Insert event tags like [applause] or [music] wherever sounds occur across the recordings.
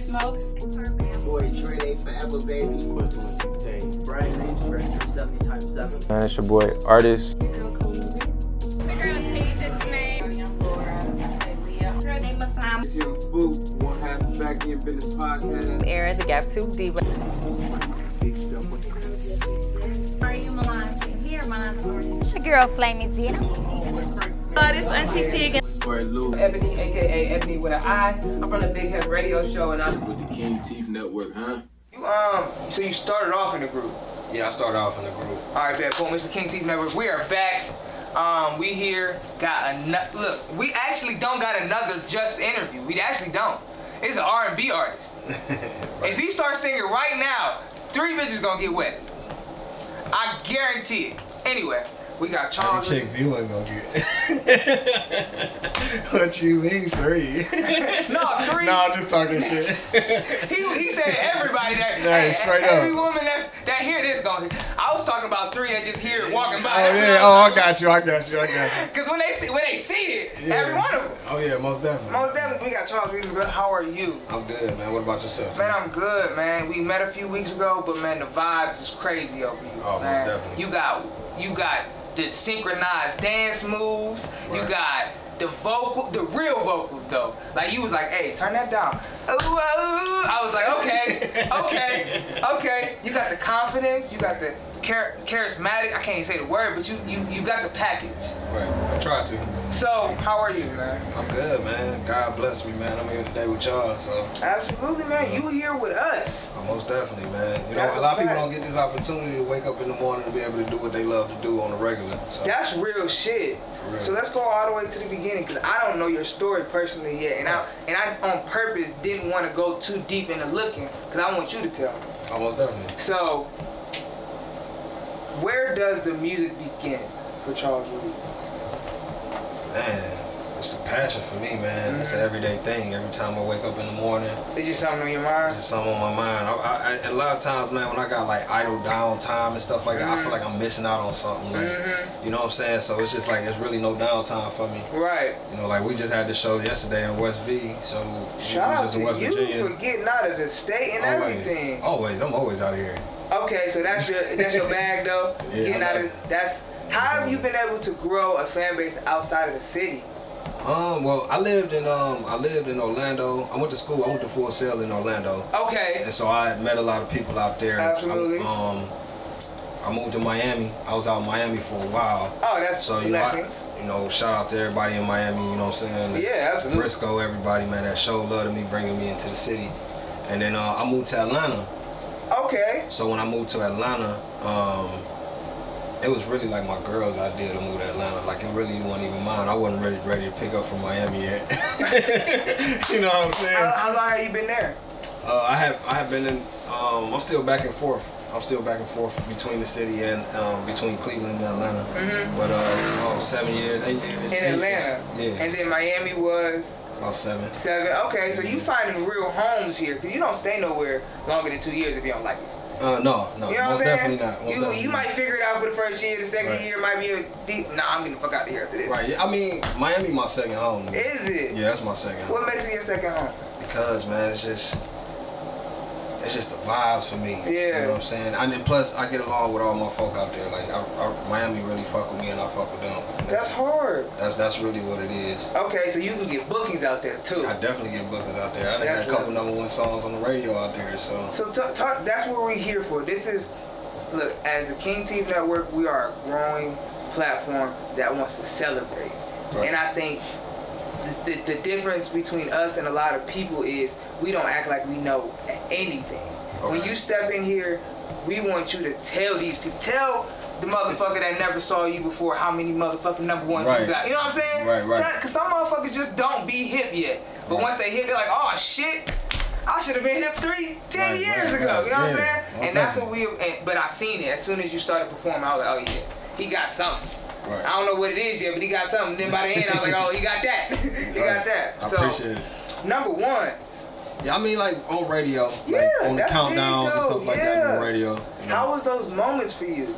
Smoke. Boy, Trey, they forever, baby. Quintal and 16. Brian H. Brandon, 70 times 7. Man, it's your boy Artist. The girl's Tasia's name. Her name is Sam. Young Spook, one half of back in business podcast. Aaron, the Gap 2 Diva. Big stuff with Are you Milan? Here, Milan. It's your girl, Flaming Tina. But it's Auntie Tegan. Boy, Lou. Ebony, aka Ebony with an I. I'm from the Big Head Radio Show, and I'm With the King Teeth Network, huh? You um, so you started off in the group. Yeah, I started off in the group. All right, bad boom. It's the King TV Network. We are back. Um, we here got another look. We actually don't got another just interview. We actually don't. It's an R and B [laughs] artist. If he starts singing right now, three bitches gonna get wet. I guarantee it. Anyway, we got Every Charles. chick view ain't gonna get. [laughs] what you mean three? [laughs] No, three. no, I'm just talking [laughs] shit. Oh, He, he said everybody that Nah, hey, straight every up. woman that's that hear this going. I was talking about three that just hear it walking by. oh yeah. Oh, I got you. I got you. I got you. Cause when they see when they see it, Yeah. every one of them. Oh yeah, most definitely. Most definitely, we got Charles Reed. but How are you? I'm good, man. What about yourself? Man, I'm good, man. We met a few weeks ago, but man, the vibes is crazy over you, Oh, most man. definitely. You got you got the synchronized dance moves. You Right. got the vocal, the real vocals though. Like you was like, hey, turn that down. Ooh, ah, ooh. I was like, [laughs] okay, okay, okay. You got the confidence. You got the char- charismatic. I can't even say the word, but you you you got the package. Right. I try to. So how are you, man? I'm good, man. God bless me, man. I'm here today with y'all, so Absolutely, man. You here with us. uh, most definitely, man. You know, That's a a lot of people fact. don't get this opportunity to wake up in the morning and be able to do what they love to do on the regular. So. That's real shit. For real. So let's go all the way to the beginning because I don't know your story personally yet, and I and I on purpose didn't want to go too deep into looking because I want you to tell me. Oh, most definitely. So, where does the music begin for Charles Reed? Man, it's a passion for me, man. It's Mm. an everyday thing. Every time I wake up in the morning, Is just something on your it's mind? just something on my mind. I, I, I- a lot of times, man, when I got like idle downtime and stuff like that, Mm. I feel like I'm missing out on something. Like, Mm-hmm. You know what I'm saying? So it's just like it's really no downtime for me. Right. You know, like we just had this show yesterday in West V, so we Shout out was to in you West Virginia. for getting out of the state and Always. everything. Always, I'm always out here. Okay, so that's your that's your bag though. [laughs] Yeah, getting I out of like that's how have you been able to grow a fan base outside of the city? Um, well, I lived in um, I lived in Orlando. I went to school. I went to Full Sail in Orlando. Okay. And so I met a lot of people out there. Absolutely. I, um, I moved to Miami. I was out in Miami for a while. Oh, that's So you know, I- blessings. you know, shout out to everybody in Miami. You know what I'm saying? yeah, absolutely. Briscoe, everybody, man, that showed love to me, bringing me into the city. And then uh, I moved to Atlanta. Okay. So when I moved to Atlanta, um, it was really like my girl's idea to move to Atlanta. Like it really wasn't even mine. I wasn't ready ready to pick up from Miami yet. [laughs] you know what I'm saying? How, how long have you been there? Uh, I have I have been in. Um, I'm still back and forth. I'm still back and forth between the city and um, between Cleveland and Atlanta. But uh, oh, seven years, eight years. eight Mm-hmm. In Atlanta. Years. Yeah, And then Miami was about seven. seven. Okay, so you finding real homes here because you don't stay nowhere longer than two years if you don't like it. Uh, no, no, You know what I'm most saying? definitely not. most you definitely you not. might figure it out for the first year, the second Right. year might be a deep. Nah, I'm getting the fuck out of here after this. Right. yeah, I mean, Miami, my second home. man. Is it? Yeah, that's my second home. What makes it your second home? because man, it's just it's just the vibes for me. Yeah. You know what I'm saying? And then plus I get along with all my folk out there. Like I, I, Miami really fuck with me and I fuck with them. And That's hard. That's that's really what it is. Okay, so you can get bookings out there too. I definitely get bookers out there. I done That's got a couple right. number one songs on the radio out there, so So t- talk, that's what we're here for. This is, look, as the King Team Network, we are a growing platform that wants to celebrate. Right. And I think the, the, the difference between us and a lot of people is we don't act like we know anything. When Okay. you step in here, we want you to tell these people, tell the motherfucker that never saw you before how many motherfucking number ones you Right. got. You know what I'm saying? Right, right. Tell- Cause some motherfuckers just don't be hip yet. But Right. once they hip, they're like, oh shit, I should have been hip three, ten Right, years right, ago. right, You know what I'm yeah. saying? Okay. And that's what we. And, but I seen it as soon as you started performing. I was like, oh yeah, he got something. Right. I don't know what it is yet, but he got something. Then by the end, I was like, oh, he got that. [laughs] he got Right. that. I so appreciate it. number one. Yeah, I mean like on radio. Yeah, like, on the that's big, countdowns and though. stuff like that Yeah. on the radio. you know. How was those moments for you?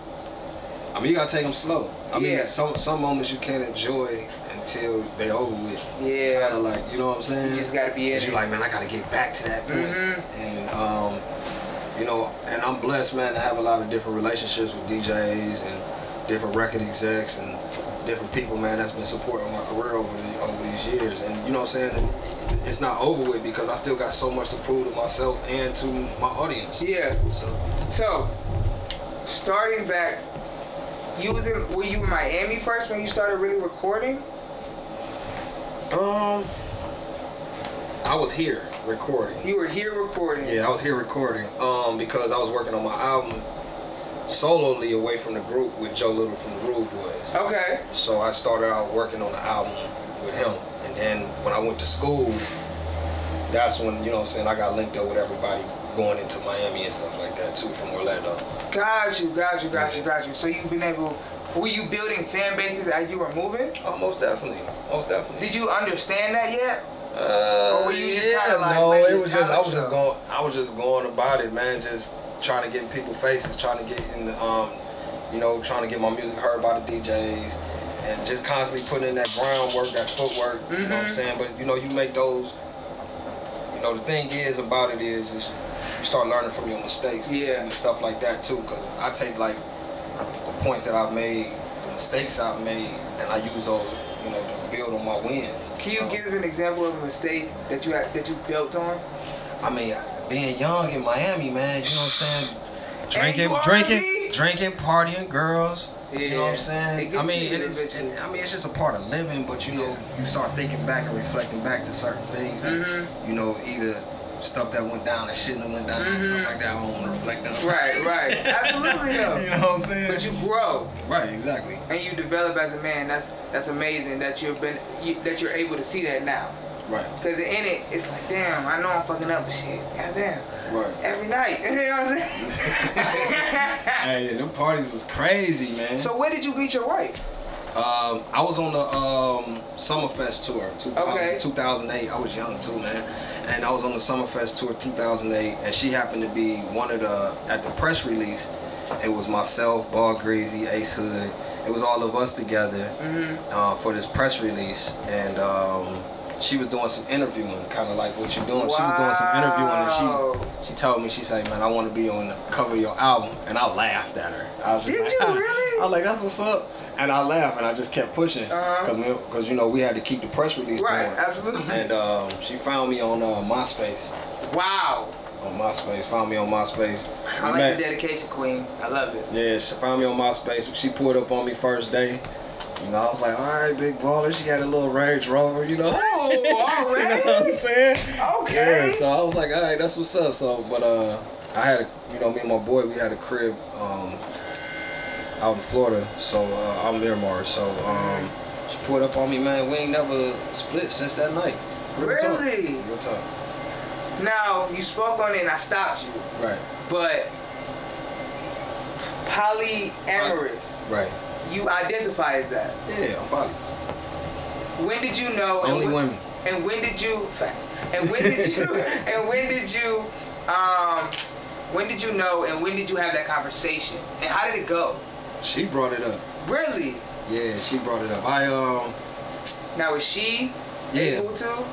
I mean, you gotta take them slow. I mean, Yeah. some some moments you can't enjoy, and until they over with. Kind Yeah. of like, you know what I'm saying? You just gotta be in You're it. like, man, I gotta get back to that point. Mhm. And um, you know, and I'm blessed, man, to have a lot of different relationships with DJs and different record execs and different people, man, that's been supporting my career over the, over these years. And you know what I'm saying? It's not over with because I still got so much to prove to myself and to my audience. Yeah. So So, starting back, you was in were you in Miami first when you started really recording? um I was here recording. You were here recording. Yeah, I was here recording um, because I was working on my album solely away from the group with Joe Little from the Rude Boys. Okay. So I started out working on the album with him. And then when I went to school, that's when, you know what I'm saying, I got linked up with everybody going into Miami and stuff like that too from Orlando. Got you, got you, got you, got you. So you've been able were you building fan bases as you were moving? Oh, most definitely. Most definitely. Did you understand that yet? Uh, Or were you just kinda like no, letting it your was just I talent was just show? going I was just going about it, man, just trying to get in people's faces, trying to get in the, um, you know, trying to get my music heard by the DJs and just constantly putting in that groundwork, that footwork, you Mm-hmm. know what I'm saying? But you know, you make those you know, the thing is about it is, is you start learning from your mistakes Yeah. and stuff like that too. Cause I take like the points that I've made, the mistakes I've made, and I use those, you know, to build on my wins. Can you So- give an example of a mistake that you had that you built on? I mean, being young in Miami, man, you know what I'm saying? you Drinking, are drinking, indeed. drinking, partying, girls. You know what Yeah. I'm It saying? gets I mean, you it a is. bit. and- I mean, it's just a part of living. But you know, you start thinking back and reflecting back to certain things that Mm-hmm. you know either stuff that went down and shouldn't have went down and stuff like that. I don't want to reflect on. Mm-hmm. Right, right. Absolutely [laughs] you though. know what I'm saying? But you grow. right, exactly. and you develop as a man. That's that's amazing that you've been you, that you're able to see that now. Right, Cause in it, it's like damn, I know I'm fucking up, but shit, goddamn, [laughs] right. every night. You know what I'm [laughs] saying? Hey, them parties was crazy, man. so where did you meet your wife? Um, I was on the um, Summerfest tour, 2000, Okay. 2008. I was young too, man. And I was on the Summerfest tour 2008, and she happened to be one of the at the press release. It was myself, Ball Greasy, Ace Hood. It was all of us together Mm-hmm. uh, for this press release, and um, she was doing some interviewing, kind of like what you're doing. She was doing some interviewing, and she Wow. she told me, she said, man, I want to be on the cover of your album. And I laughed at her. [laughs] I was just Did like, you "Ah." really? I was like, that's what's up. And I laughed and I just kept pushing. Uh-huh. Because, you know, we had to keep the press release Right, going. absolutely. And um, she found me on uh, MySpace. Wow, On MySpace. Found me on MySpace. I We like met- the dedication, queen. I love it. yeah, she found me on MySpace. She pulled up on me first day. You know, I was like, all right, big baller. She had a little Range Rover, you know. [laughs] Oh, You know already? what I'm saying? Okay. [laughs] Yeah, so I was like, all right, that's what's up. So, but uh, I had, a, you know, me and my boy, we had a crib um, out in Florida. So uh, I'm Miramar. So um, she pulled up on me, man. We ain't never split since that night. talk. Really? Real talk. Now you spoke on it, and I stopped you. Right, But polyamorous, right. you identify as that. Yeah, I'm Bobby. When did you know? and Only when- women. And when did you? Facts. And when did [laughs] you? and when did you? Um, when did you know? And when did you have that conversation? And how did it go? She brought it up. Really? Yeah, she brought it up. I, um, Now is she Yeah. able to?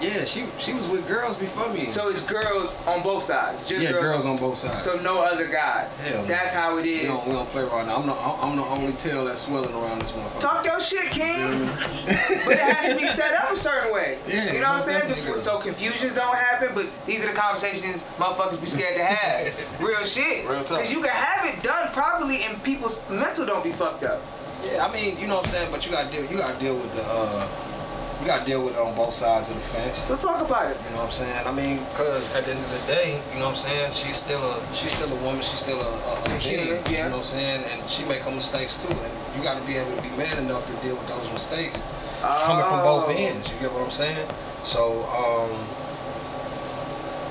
yeah, she she was with girls before me. So it's girls on both sides. Just yeah, girls on both sides. So no other guys. Hell no. That's how it we is. don't, we don't play right now. I'm the, I'm the only tail that's swelling around this motherfucker. Talk your shit, King. but it has to be set up a certain way. [laughs] Yeah, you know what I'm most saying? definitely. Before- So confusions don't happen, but these are the conversations motherfuckers be scared to [laughs] have. Real shit. Real talk. Because you can have it done properly and people's mental don't be fucked up. Yeah, I mean, you know what I'm saying, but you gotta deal, you gotta deal with the, uh, you gotta deal with it on both sides of the fence. So talk about it. You know what I'm saying? I mean, cause at the end of the day, you know what I'm saying. She's still a, she's still a woman. She's still a, a, a Human, being, yeah. You know what I'm saying? And she make her mistakes too, and you gotta be able to be man enough to deal with those mistakes coming from both Oh. ends. You get what I'm saying? So, um,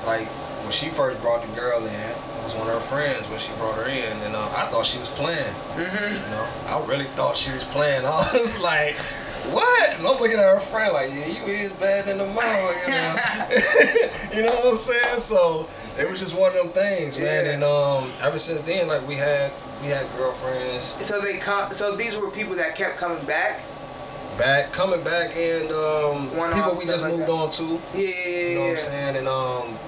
like when she first brought the girl in, it was one of her friends when she brought her in, and uh, I thought she was playing. Mm-hmm. You know, I really thought she was playing. [laughs] I was like, what? And I'm looking at her friend like, yeah, you is bad in the [laughs] mouth, [laughs] you know. you know what I'm saying? So it was just one of them things, man. Yeah. And um, ever since then, like we had we had girlfriends. So they come so these were people that kept coming back. back, coming back, and um, One-off, people we just stuff like moved that. on to. Yeah. You know what I'm saying? And um,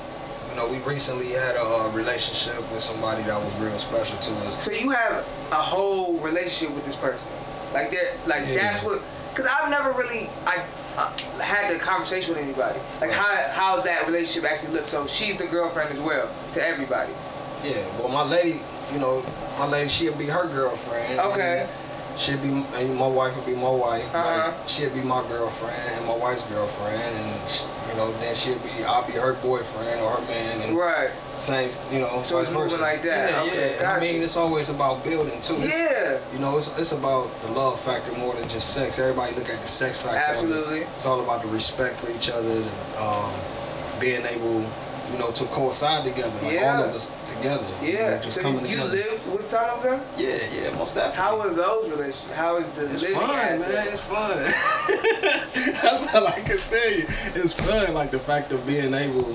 you know, we recently had a uh, relationship with somebody that was real special to us. So you have a whole relationship with this person, like that, like Yeah. that's what. Cause I've never really I, I had a conversation with anybody. Like how how's that relationship actually look? So she's the girlfriend as well to everybody. Yeah. Well, my lady, you know, my lady, she'll be her girlfriend. Okay. and She'll be and my wife will be my wife. like, Uh-huh. she'll be my girlfriend and my wife's girlfriend, and sh- you know, then she'll be I'll be her boyfriend or her man, and Right. same, you know. So it's vice moving versa. like that. Yeah, Okay, yeah. gotcha. I mean, it's always about building too. It's- Yeah. You know, it's, it's about the love factor more than just sex. Everybody look at the sex factor. of it. Absolutely. It's all about the respect for each other, and, um, being able, you know, to coincide together. Like Yeah. all of us together. you know, Yeah. just so you coming together. lived with some of them. Yeah, yeah, most definitely. How are those relationships? How is the It's living fun, aspect? man. It's fun. [laughs] That's all I can tell you. It's fun, like the fact of being able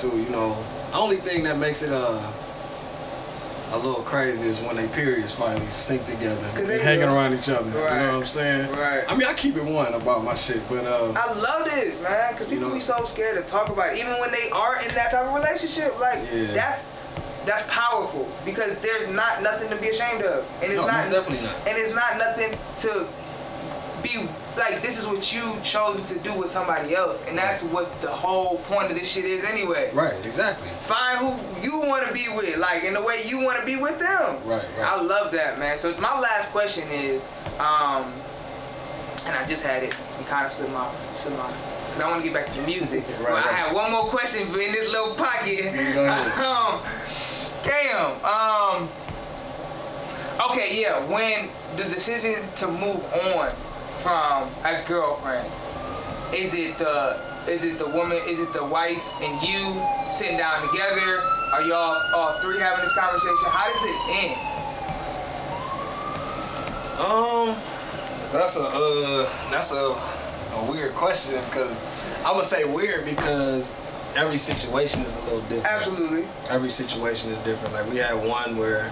to, you know, only thing that makes it uh a little crazy is when they periods finally sync together. 'Cause They they- hanging around each other. You Right. know what I'm saying? Right. I mean, I keep it one about my shit, but uh, I love this, man, because You people know- be so scared to talk about it, even when they are in that type of relationship. Like Yeah. that's that's powerful because there's not nothing to be ashamed of, and it's no, not most definitely not. and it's not nothing to be like this is what you chosen to do with somebody else, and that's what the whole point of this shit is anyway. Right, exactly. Find who you want to be with, like in the way you want to be with them. Right, right. I love that, man. So my last question is, um, and I just had it and kind of slipped my, slipped my, because I want to get back to the music. [laughs] Right, but I right. had one more question in this little pocket. Go ahead. [laughs] um, damn. Um, okay, yeah. When the decision to move on from a girlfriend, is it the is it the woman? Is it the wife and you sitting down together? Are y'all all three having this conversation? How does it end? Um, that's a uh, that's a, a weird question because I'm gonna say weird because every situation is a little different. Absolutely. Every situation is different. Like we had one where,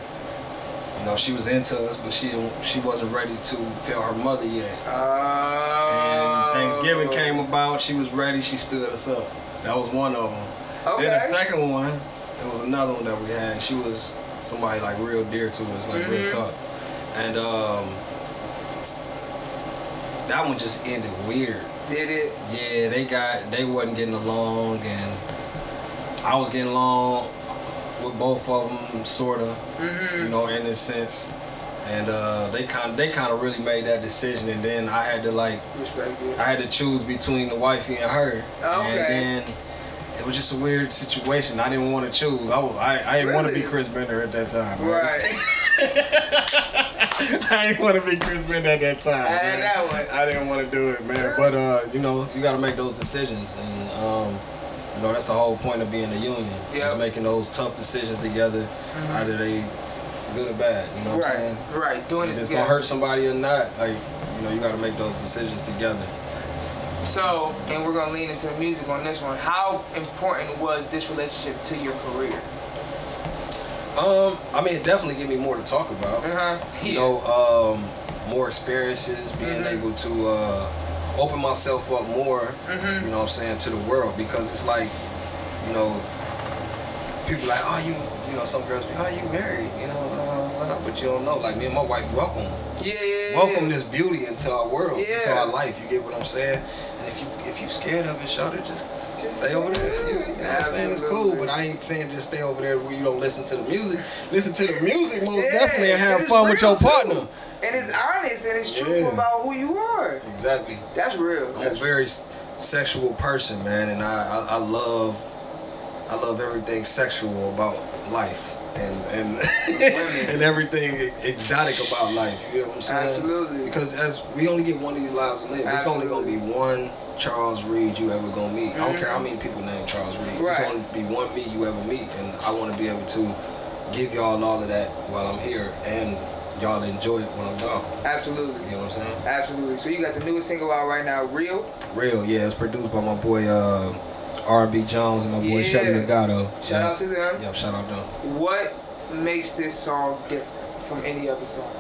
you know, she was into us, but she didn't- she wasn't ready to tell her mother yet. Uh, And Thanksgiving came about, she was ready, she stood us up. That was one of them. Okay. Then the second one, it was another one that we had, and she was somebody like real dear to us, like real Mhm. tough. And um, that one just ended weird. Did it? Yeah, they got they wasn't getting along, and I was getting along with both of them, sorta, you know, in this sense. And uh, they kind they kind of really made that decision, and then I had to like Respect it. I had to choose between the wifey and her. Okay. And then it was just a weird situation. I didn't want to choose. I was I, I didn't want to be Really? Chris Bender at that time. man. [laughs] Right. I didn't want to be Chris Bender at that time. I had man. that one. I didn't want to do it, man. But uh, you know, you got to make those decisions, and um, you know that's the whole point of being a union. Yeah. Is making those tough decisions together, either they good or bad. You know what I'm Mm-hmm. Right. saying? Right. Doing it If it's together. gonna hurt somebody or not, like you know, you got to make those decisions together. So, and we're gonna lean into the music on this one. How important was this relationship to your career? Um, I mean, it definitely give me more to talk about. Uh huh. You know, um, more experiences, being Mhm. able to uh, open myself up more. Mhm. You know what I'm saying to the world because it's like, you know, people like, oh, you, you know, some girls be, oh, you married, you know, uh, blah, blah, blah," but you don't know. Like me and my wife, welcome, Yeah. yeah, yeah. welcome this beauty into our world, into Yeah. our life. You get what I'm saying? And if you if you scared of it, shout it, just stay over there. You, you know what I'm saying? It's cool, Absolutely. but I ain't saying just stay over there where you don't listen to the music. Listen to the music most Yeah, definitely and have it's fun with real, your too. partner. And it's honest and it's truthful Yeah. about who you are. Exactly. That's real. I'm a That's very s- sexual person, man, and I, I, I love I love everything sexual about life and and [laughs] and everything e, exotic about life. You know what I'm saying? Absolutely. Because as we only get one of these lives to live, it's only gonna be one Charles Reed you ever gonna meet. I don't care how many people named Charles Reed. Mm-hmm. Right. It's only be one me you ever meet, and I want to be able to give y'all all of that while I'm here, and y'all enjoy it when I'm gone. Absolutely. You know what I'm saying? Absolutely. So you got the newest single out right now, Real. Real, yeah. It's produced by my boy uh, R.B. Jones and my boy Yeah. Chevy Legato. Shout out to them. Yo, shout out to them. What makes this song different from any other song?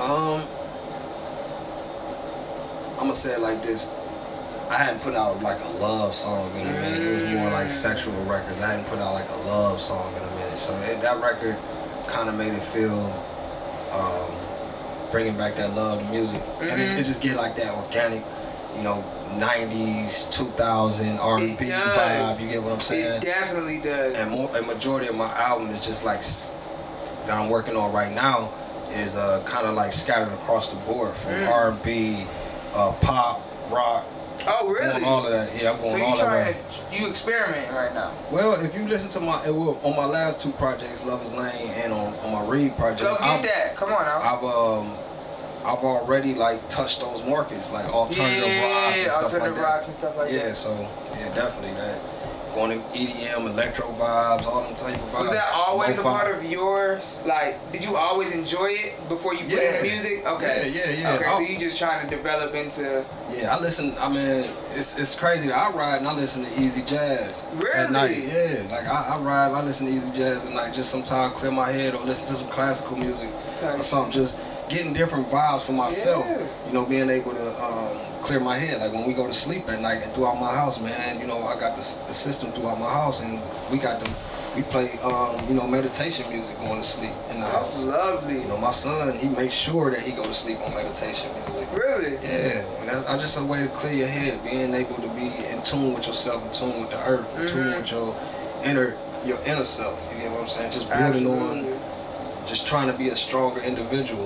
Um, I'm gonna Um, say it like this. I hadn't put out like a love song in a minute. It was more like sexual records. I hadn't put out like a love song in a minute. So it, that record kind of made it feel um, bringing back that love to music, and it, it just get like that organic, you know, '90s, 2000 R&B does. vibe. You get what I'm saying? It definitely does. and more, a majority of my album is just like s- that I'm working on right now is uh, kind of like scattered across the board from Mm. R&B, uh, pop, rock, oh, I'm really? going all of that. Yeah, I'm going so you all of trying that. to you experimenting right now? Well, if you listen to my it will, on my last two projects, Lovers Lane and on, on my Reed project, Go get I've, that. Come on now. I've um I've already like touched those markets like alternative rock and yeah, stuff like alternative that. rock and stuff like yeah, that. so yeah, definitely that. Going to EDM, electro vibes, all them type of vibes. Was that always a Lo-fi. part of yours? Like, did you always enjoy it before you put in Yeah. the music? Okay. Yeah, yeah, yeah. Okay, so I'll- you just trying to develop into Yeah, I listen. I mean, it's it's crazy. I ride and I listen to easy jazz. At Really? night. Yeah. Like I, I ride and I listen to easy jazz at night. Just sometimes clear my head or listen to some classical music or something. Just getting different vibes for myself. Yeah. You know, being able to um, clear my head. Like when we go to sleep at night and throughout my house, man. You know, I got this the system throughout my house, and we got them. We play, um, you know, meditation music going to sleep in the That's house. lovely. You know, my son, he makes sure that he go to sleep on meditation music. Really? Yeah, and that's, that's just a way to clear your head, being able to be in tune with yourself, in tune with the earth, in tune Mhm. with your inner your inner self. You get what I'm saying? Just building Absolutely. on, just trying to be a stronger individual.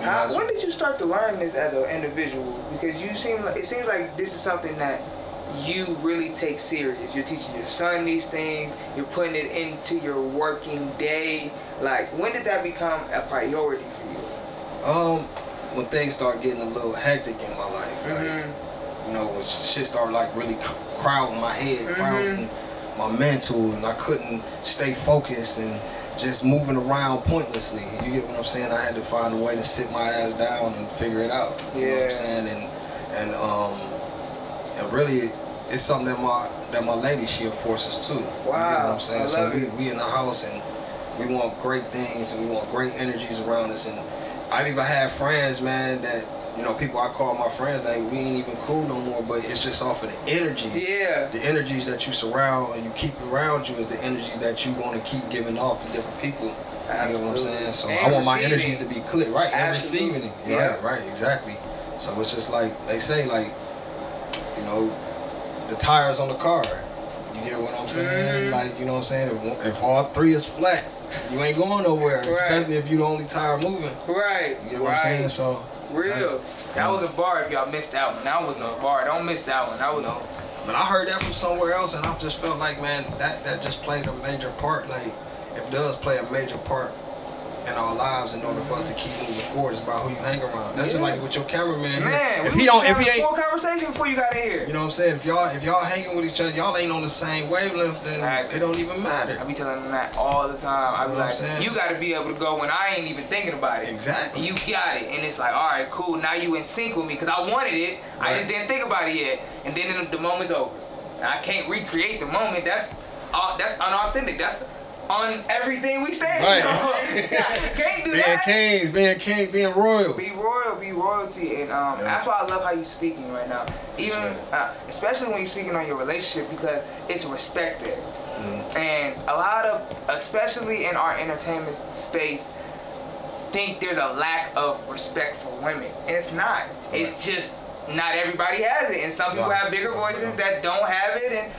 You How, know, when did you start to learn this as an individual? Because you seem like it seems like this is something that you really take serious. You're teaching your son these things. You're putting it into your working day. Like when did that become a priority for you? um, when things start getting a little hectic in my life, like you know, when shit started like really cr- crowding my head, crowding my mental, and I couldn't stay focused and just moving around pointlessly. You get what I'm saying? I had to find a way to sit my ass down and figure it out. You know what Yeah. I'm saying? And and um and really, it's something that my that my lady she enforces too. You know Wow, what I'm saying? I so love we, it. we in the house and we want great things and we want great energies around us and I've even had friends, man, that you know, people I call my friends, like we ain't even cool no more, but it's just off of the energy. Yeah. The energies that you surround and you keep around you is the energy that you want to keep giving off to different people. You know what I'm saying? So I And want my receiving. energies to be clear, right? And Absolutely. receiving it. Yeah. Right, right, exactly. So it's just like they say, like, you know, the tires on the car. You get what I'm saying? Mhm. Like, you know what I'm saying? If, one- if all three is flat, you ain't going nowhere. Right. Especially if you the only tire moving. Right. You get what I'm saying? Right. So Real. That was a bar. If y'all missed that one, that was a bar. Don't miss that one. That was No. But I heard that from somewhere else, and I just felt like, man, that that just played a major part. Like, it does play a major part in our lives in order for us to keep moving forward. It's about who you hang around. That's just Yeah. like with your cameraman. man. if we was he don't, if having he a ain't, full conversation before you got in here. you know what I'm saying? If y'all, if y'all hanging with each other, y'all ain't on the same wavelength, then Exactly. it don't even matter. I be telling them that all the time. I be You know what I'm like, saying? you gotta be able to go when I ain't even thinking about it. Exactly. You got it, and it's like, all right, cool. Now you in sync with me because I wanted it. I just Right. didn't think about it yet, and then the- the moment's over. I can't recreate the moment. That's uh, that's unauthentic. That's on everything we say. Right. [laughs] can't do Being that. kings, being king, being royal. Be royal, be royalty, and um, Yeah. that's why I love how you speaking right now. Even uh, especially when you're speaking on your relationship because it's respect there, Mm-hmm. and a lot of especially in our entertainment space, think there's a lack of respect for women, and it's not. It's just not everybody has it, and some people Right. have bigger voices that don't have it, and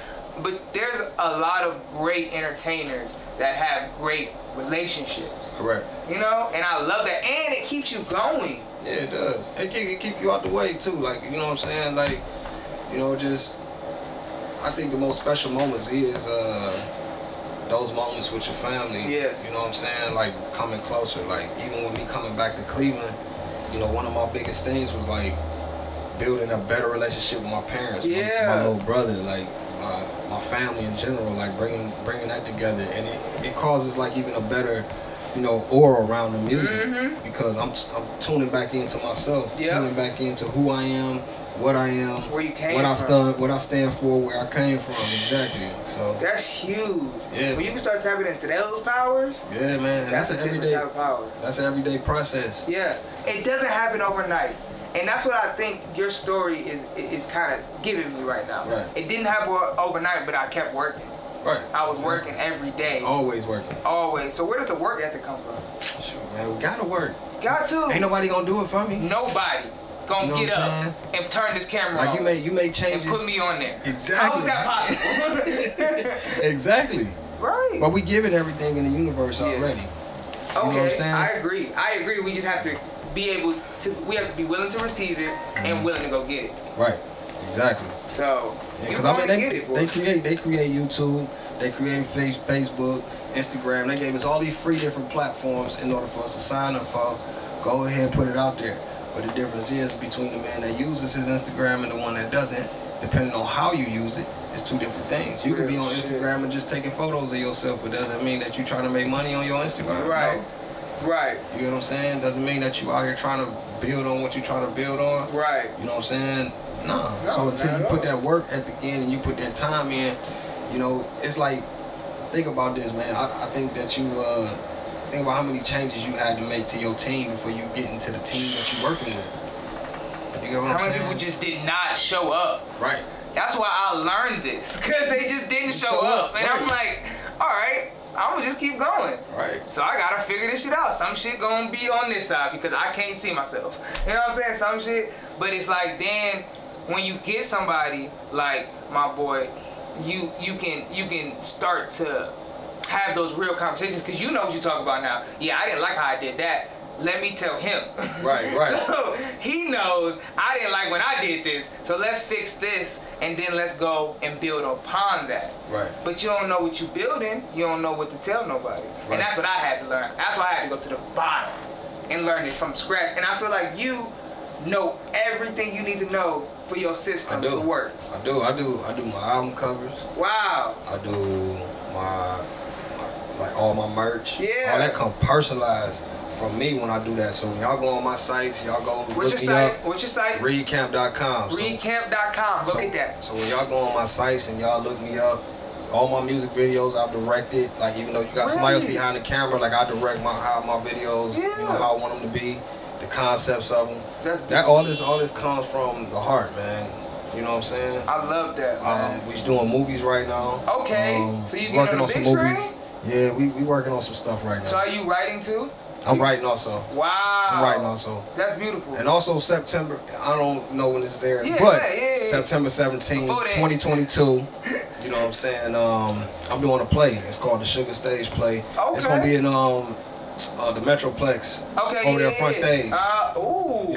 but there's a lot of great entertainers that have great relationships. Correct. You know, and I love that, and it keeps you going. Yeah, it does. It keep, it keep you out the way too. Like you know what I'm saying? Like you know, just I think the most special moments is uh, those moments with your family. Yes. You know what I'm saying? Like coming closer. Like even with me coming back to Cleveland, you know, one of my biggest things was like building a better relationship with my parents, my- my, Yeah. little brother, like my, my family in general, like bringing bringing that together, and it, it causes like even a better, you know, aura around the music Mm-hmm. because I'm t- I'm tuning back into myself, Yep. tuning back into who I am, what I am, Where you came what I from. stand, what I stand for, where I came from, exactly. So That's huge. Yeah. When you can start tapping into those powers, yeah, man, and that's, that's a an different everyday type of power. that's an everyday process. Yeah. It doesn't happen overnight. And that's what I think your story is is kind of giving me right now. Right. It didn't happen overnight, but I kept working. Right. I was working every day, Always working. always. So where did the work ethic come from? Shoot, man, we gotta work. Got to. Ain't nobody gonna do it for me. Nobody gonna You know get what I'm up and turn this camera Like on you make you make and changes. put me on there. Exactly. How is that [laughs] possible? [laughs] Exactly. right. But we giving everything in the universe Yeah. already. okay, what I'm saying? I agree. I agree. We just have to be able to. We have to be willing to receive it Mm-hmm. and willing to go get it. Right. Exactly. So you Because gonna I mean, they, get it, boy. they create they create YouTube, they created face, Facebook, Instagram. They gave us all these free different platforms in order for us to sign up for. Go ahead, put it out there. But the difference is between the man that uses his Instagram and the one that doesn't, depending on how you use it, it's two different things. You can be Real on shit. Instagram and just taking photos of yourself, but doesn't mean that you're trying to make money on your Instagram. Right. Right. No. You know what I'm saying? Doesn't mean that you out here trying to build on what you're trying to build on. Right. You know what I'm saying? Nah. No, so until not you at put all. that work at the end and you put that time in, you know, it's like think about this, man. I, I think that you uh think about how many changes you had to make to your team before you get into the team that you're working with. You get what How I'm many saying? people just did not show up? right. That's why I learned this, [laughs] cause they just didn't show, show up, up, and I'm right. like, all right, I'm gonna just keep going. Right. So I gotta figure this shit out. Some shit gonna be on this side because I can't see myself. [laughs] You know what I'm saying? Some shit, but it's like then when you get somebody like my boy, you you can you can start to have those real conversations because you know what you talk about now. Yeah, I didn't like how I did that. Let me tell him. [laughs] Right, right. so he knows I didn't like when I did this. So let's fix this and then let's go and build upon that. Right. But you don't know what you building. You don't know what to tell nobody. Right. And that's what I had to learn. That's why I had to go to the bottom and learn it from scratch. And I feel like you know everything you need to know for your system I do. to work. I do, I do, I do my album covers. Wow. I do my, my like all my merch. Yeah. All that come personalized from me when I do that. So when y'all go on my sites, y'all go What's look your me site? up. What's your site? Readcamp.com. So- Readcamp.com. Go so, get that. So when y'all go on my sites and y'all look me up, all my music videos I've directed. Like even though you got somebody else Really? behind the camera, like I direct my how my videos, you know Yeah. how I want them to be, the concepts of them. That's That all this all this comes from the heart, man. You know what I'm saying? I love that. man. Um, we doing movies right now. Okay, Um, so you we getting on the big screen? Yeah, we, we working on some stuff right now. so are you writing too? I'm you- writing also. Wow. I'm writing also. That's beautiful. And also September. I don't know when this is airing, Yeah, but yeah, yeah, yeah. September 17, Before that. 2022. [laughs] you know what I'm saying? Um, I'm doing a play. It's called the Sugar Stage Play. It's gonna Okay. be in um uh, the Metroplex okay. over there yeah, front yeah. stage. Uh, ooh. you know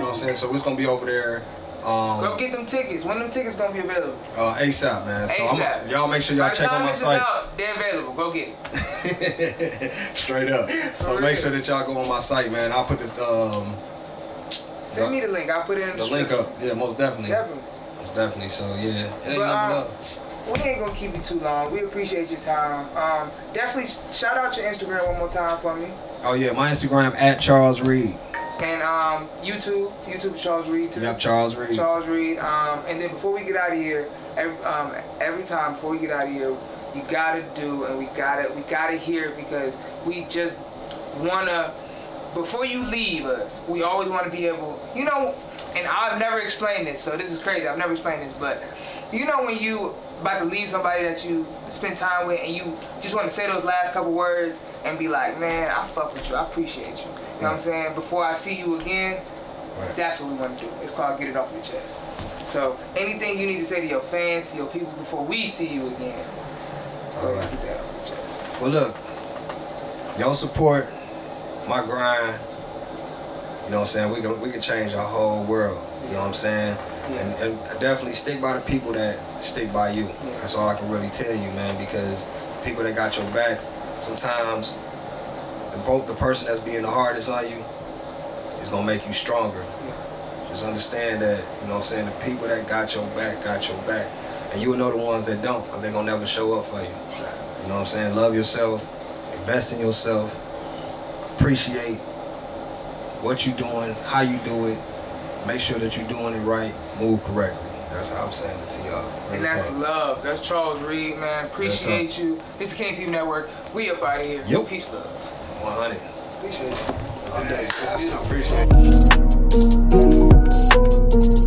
what I'm saying? So it's gonna be over there. Go Um, get them tickets. When them tickets gonna be available? uh, ASAP, man. So ASAP. I'm, y'all make sure y'all By the check time on my this is site. out, they're available. Go get it. [laughs] Straight up. [laughs] So For make real. sure that y'all go on my site, man. I'll put this um Send me the link. I'll put it in the, the link description. up. Yeah, most definitely. Definitely. Most definitely. So yeah. It ain't But, nothing um, We ain't gonna keep you too long. We appreciate your time. Um, definitely shout out your Instagram one more time for me. up. Oh yeah, my Instagram at Charles Reed. And um, YouTube, YouTube Charles Reed too. Yep, Charles Reed. Charles Reed. Um, and then before we get out of here, every, um, every time before we get out of here, you gotta do and we gotta we gotta hear it because we just wanna. Before you leave us, we always want to be able, you know, and I've never explained this, so this is crazy. I've never explained this, but you know when you about to leave somebody that you spend time with and you just want to say those last couple words and be like, man, I fuck with you, I appreciate you. You know what I'm saying? Before I see you again, Right. that's what we want to do. It's called get it off your chest. So anything you need to say to your fans, to your people before we see you again. go ahead and get that off your chest. Well look, y'all support my grind. You know what I'm saying? We can we can change our whole world. You know what I'm saying? And, and definitely stick by the people that stick by you. That's all I can really tell you, man. Because people that got your back, sometimes the both the person that's being the hardest on you is gonna make you stronger. Just understand that. You know what I'm saying? The people that got your back got your back, and you will know the ones that don't, cause they're gonna never show up for you. You know what I'm saying? Love yourself, invest in yourself, appreciate what you doing, how you do it. Make sure that you're doing it right, move correctly. That's how I'm saying it to y'all. And Real that's talk. love. That's Charles Reed, man. Appreciate Yes, you. This is KT Network. We up out of here. Yep. Peace, love. 100. Appreciate you. I appreciate it. Peace.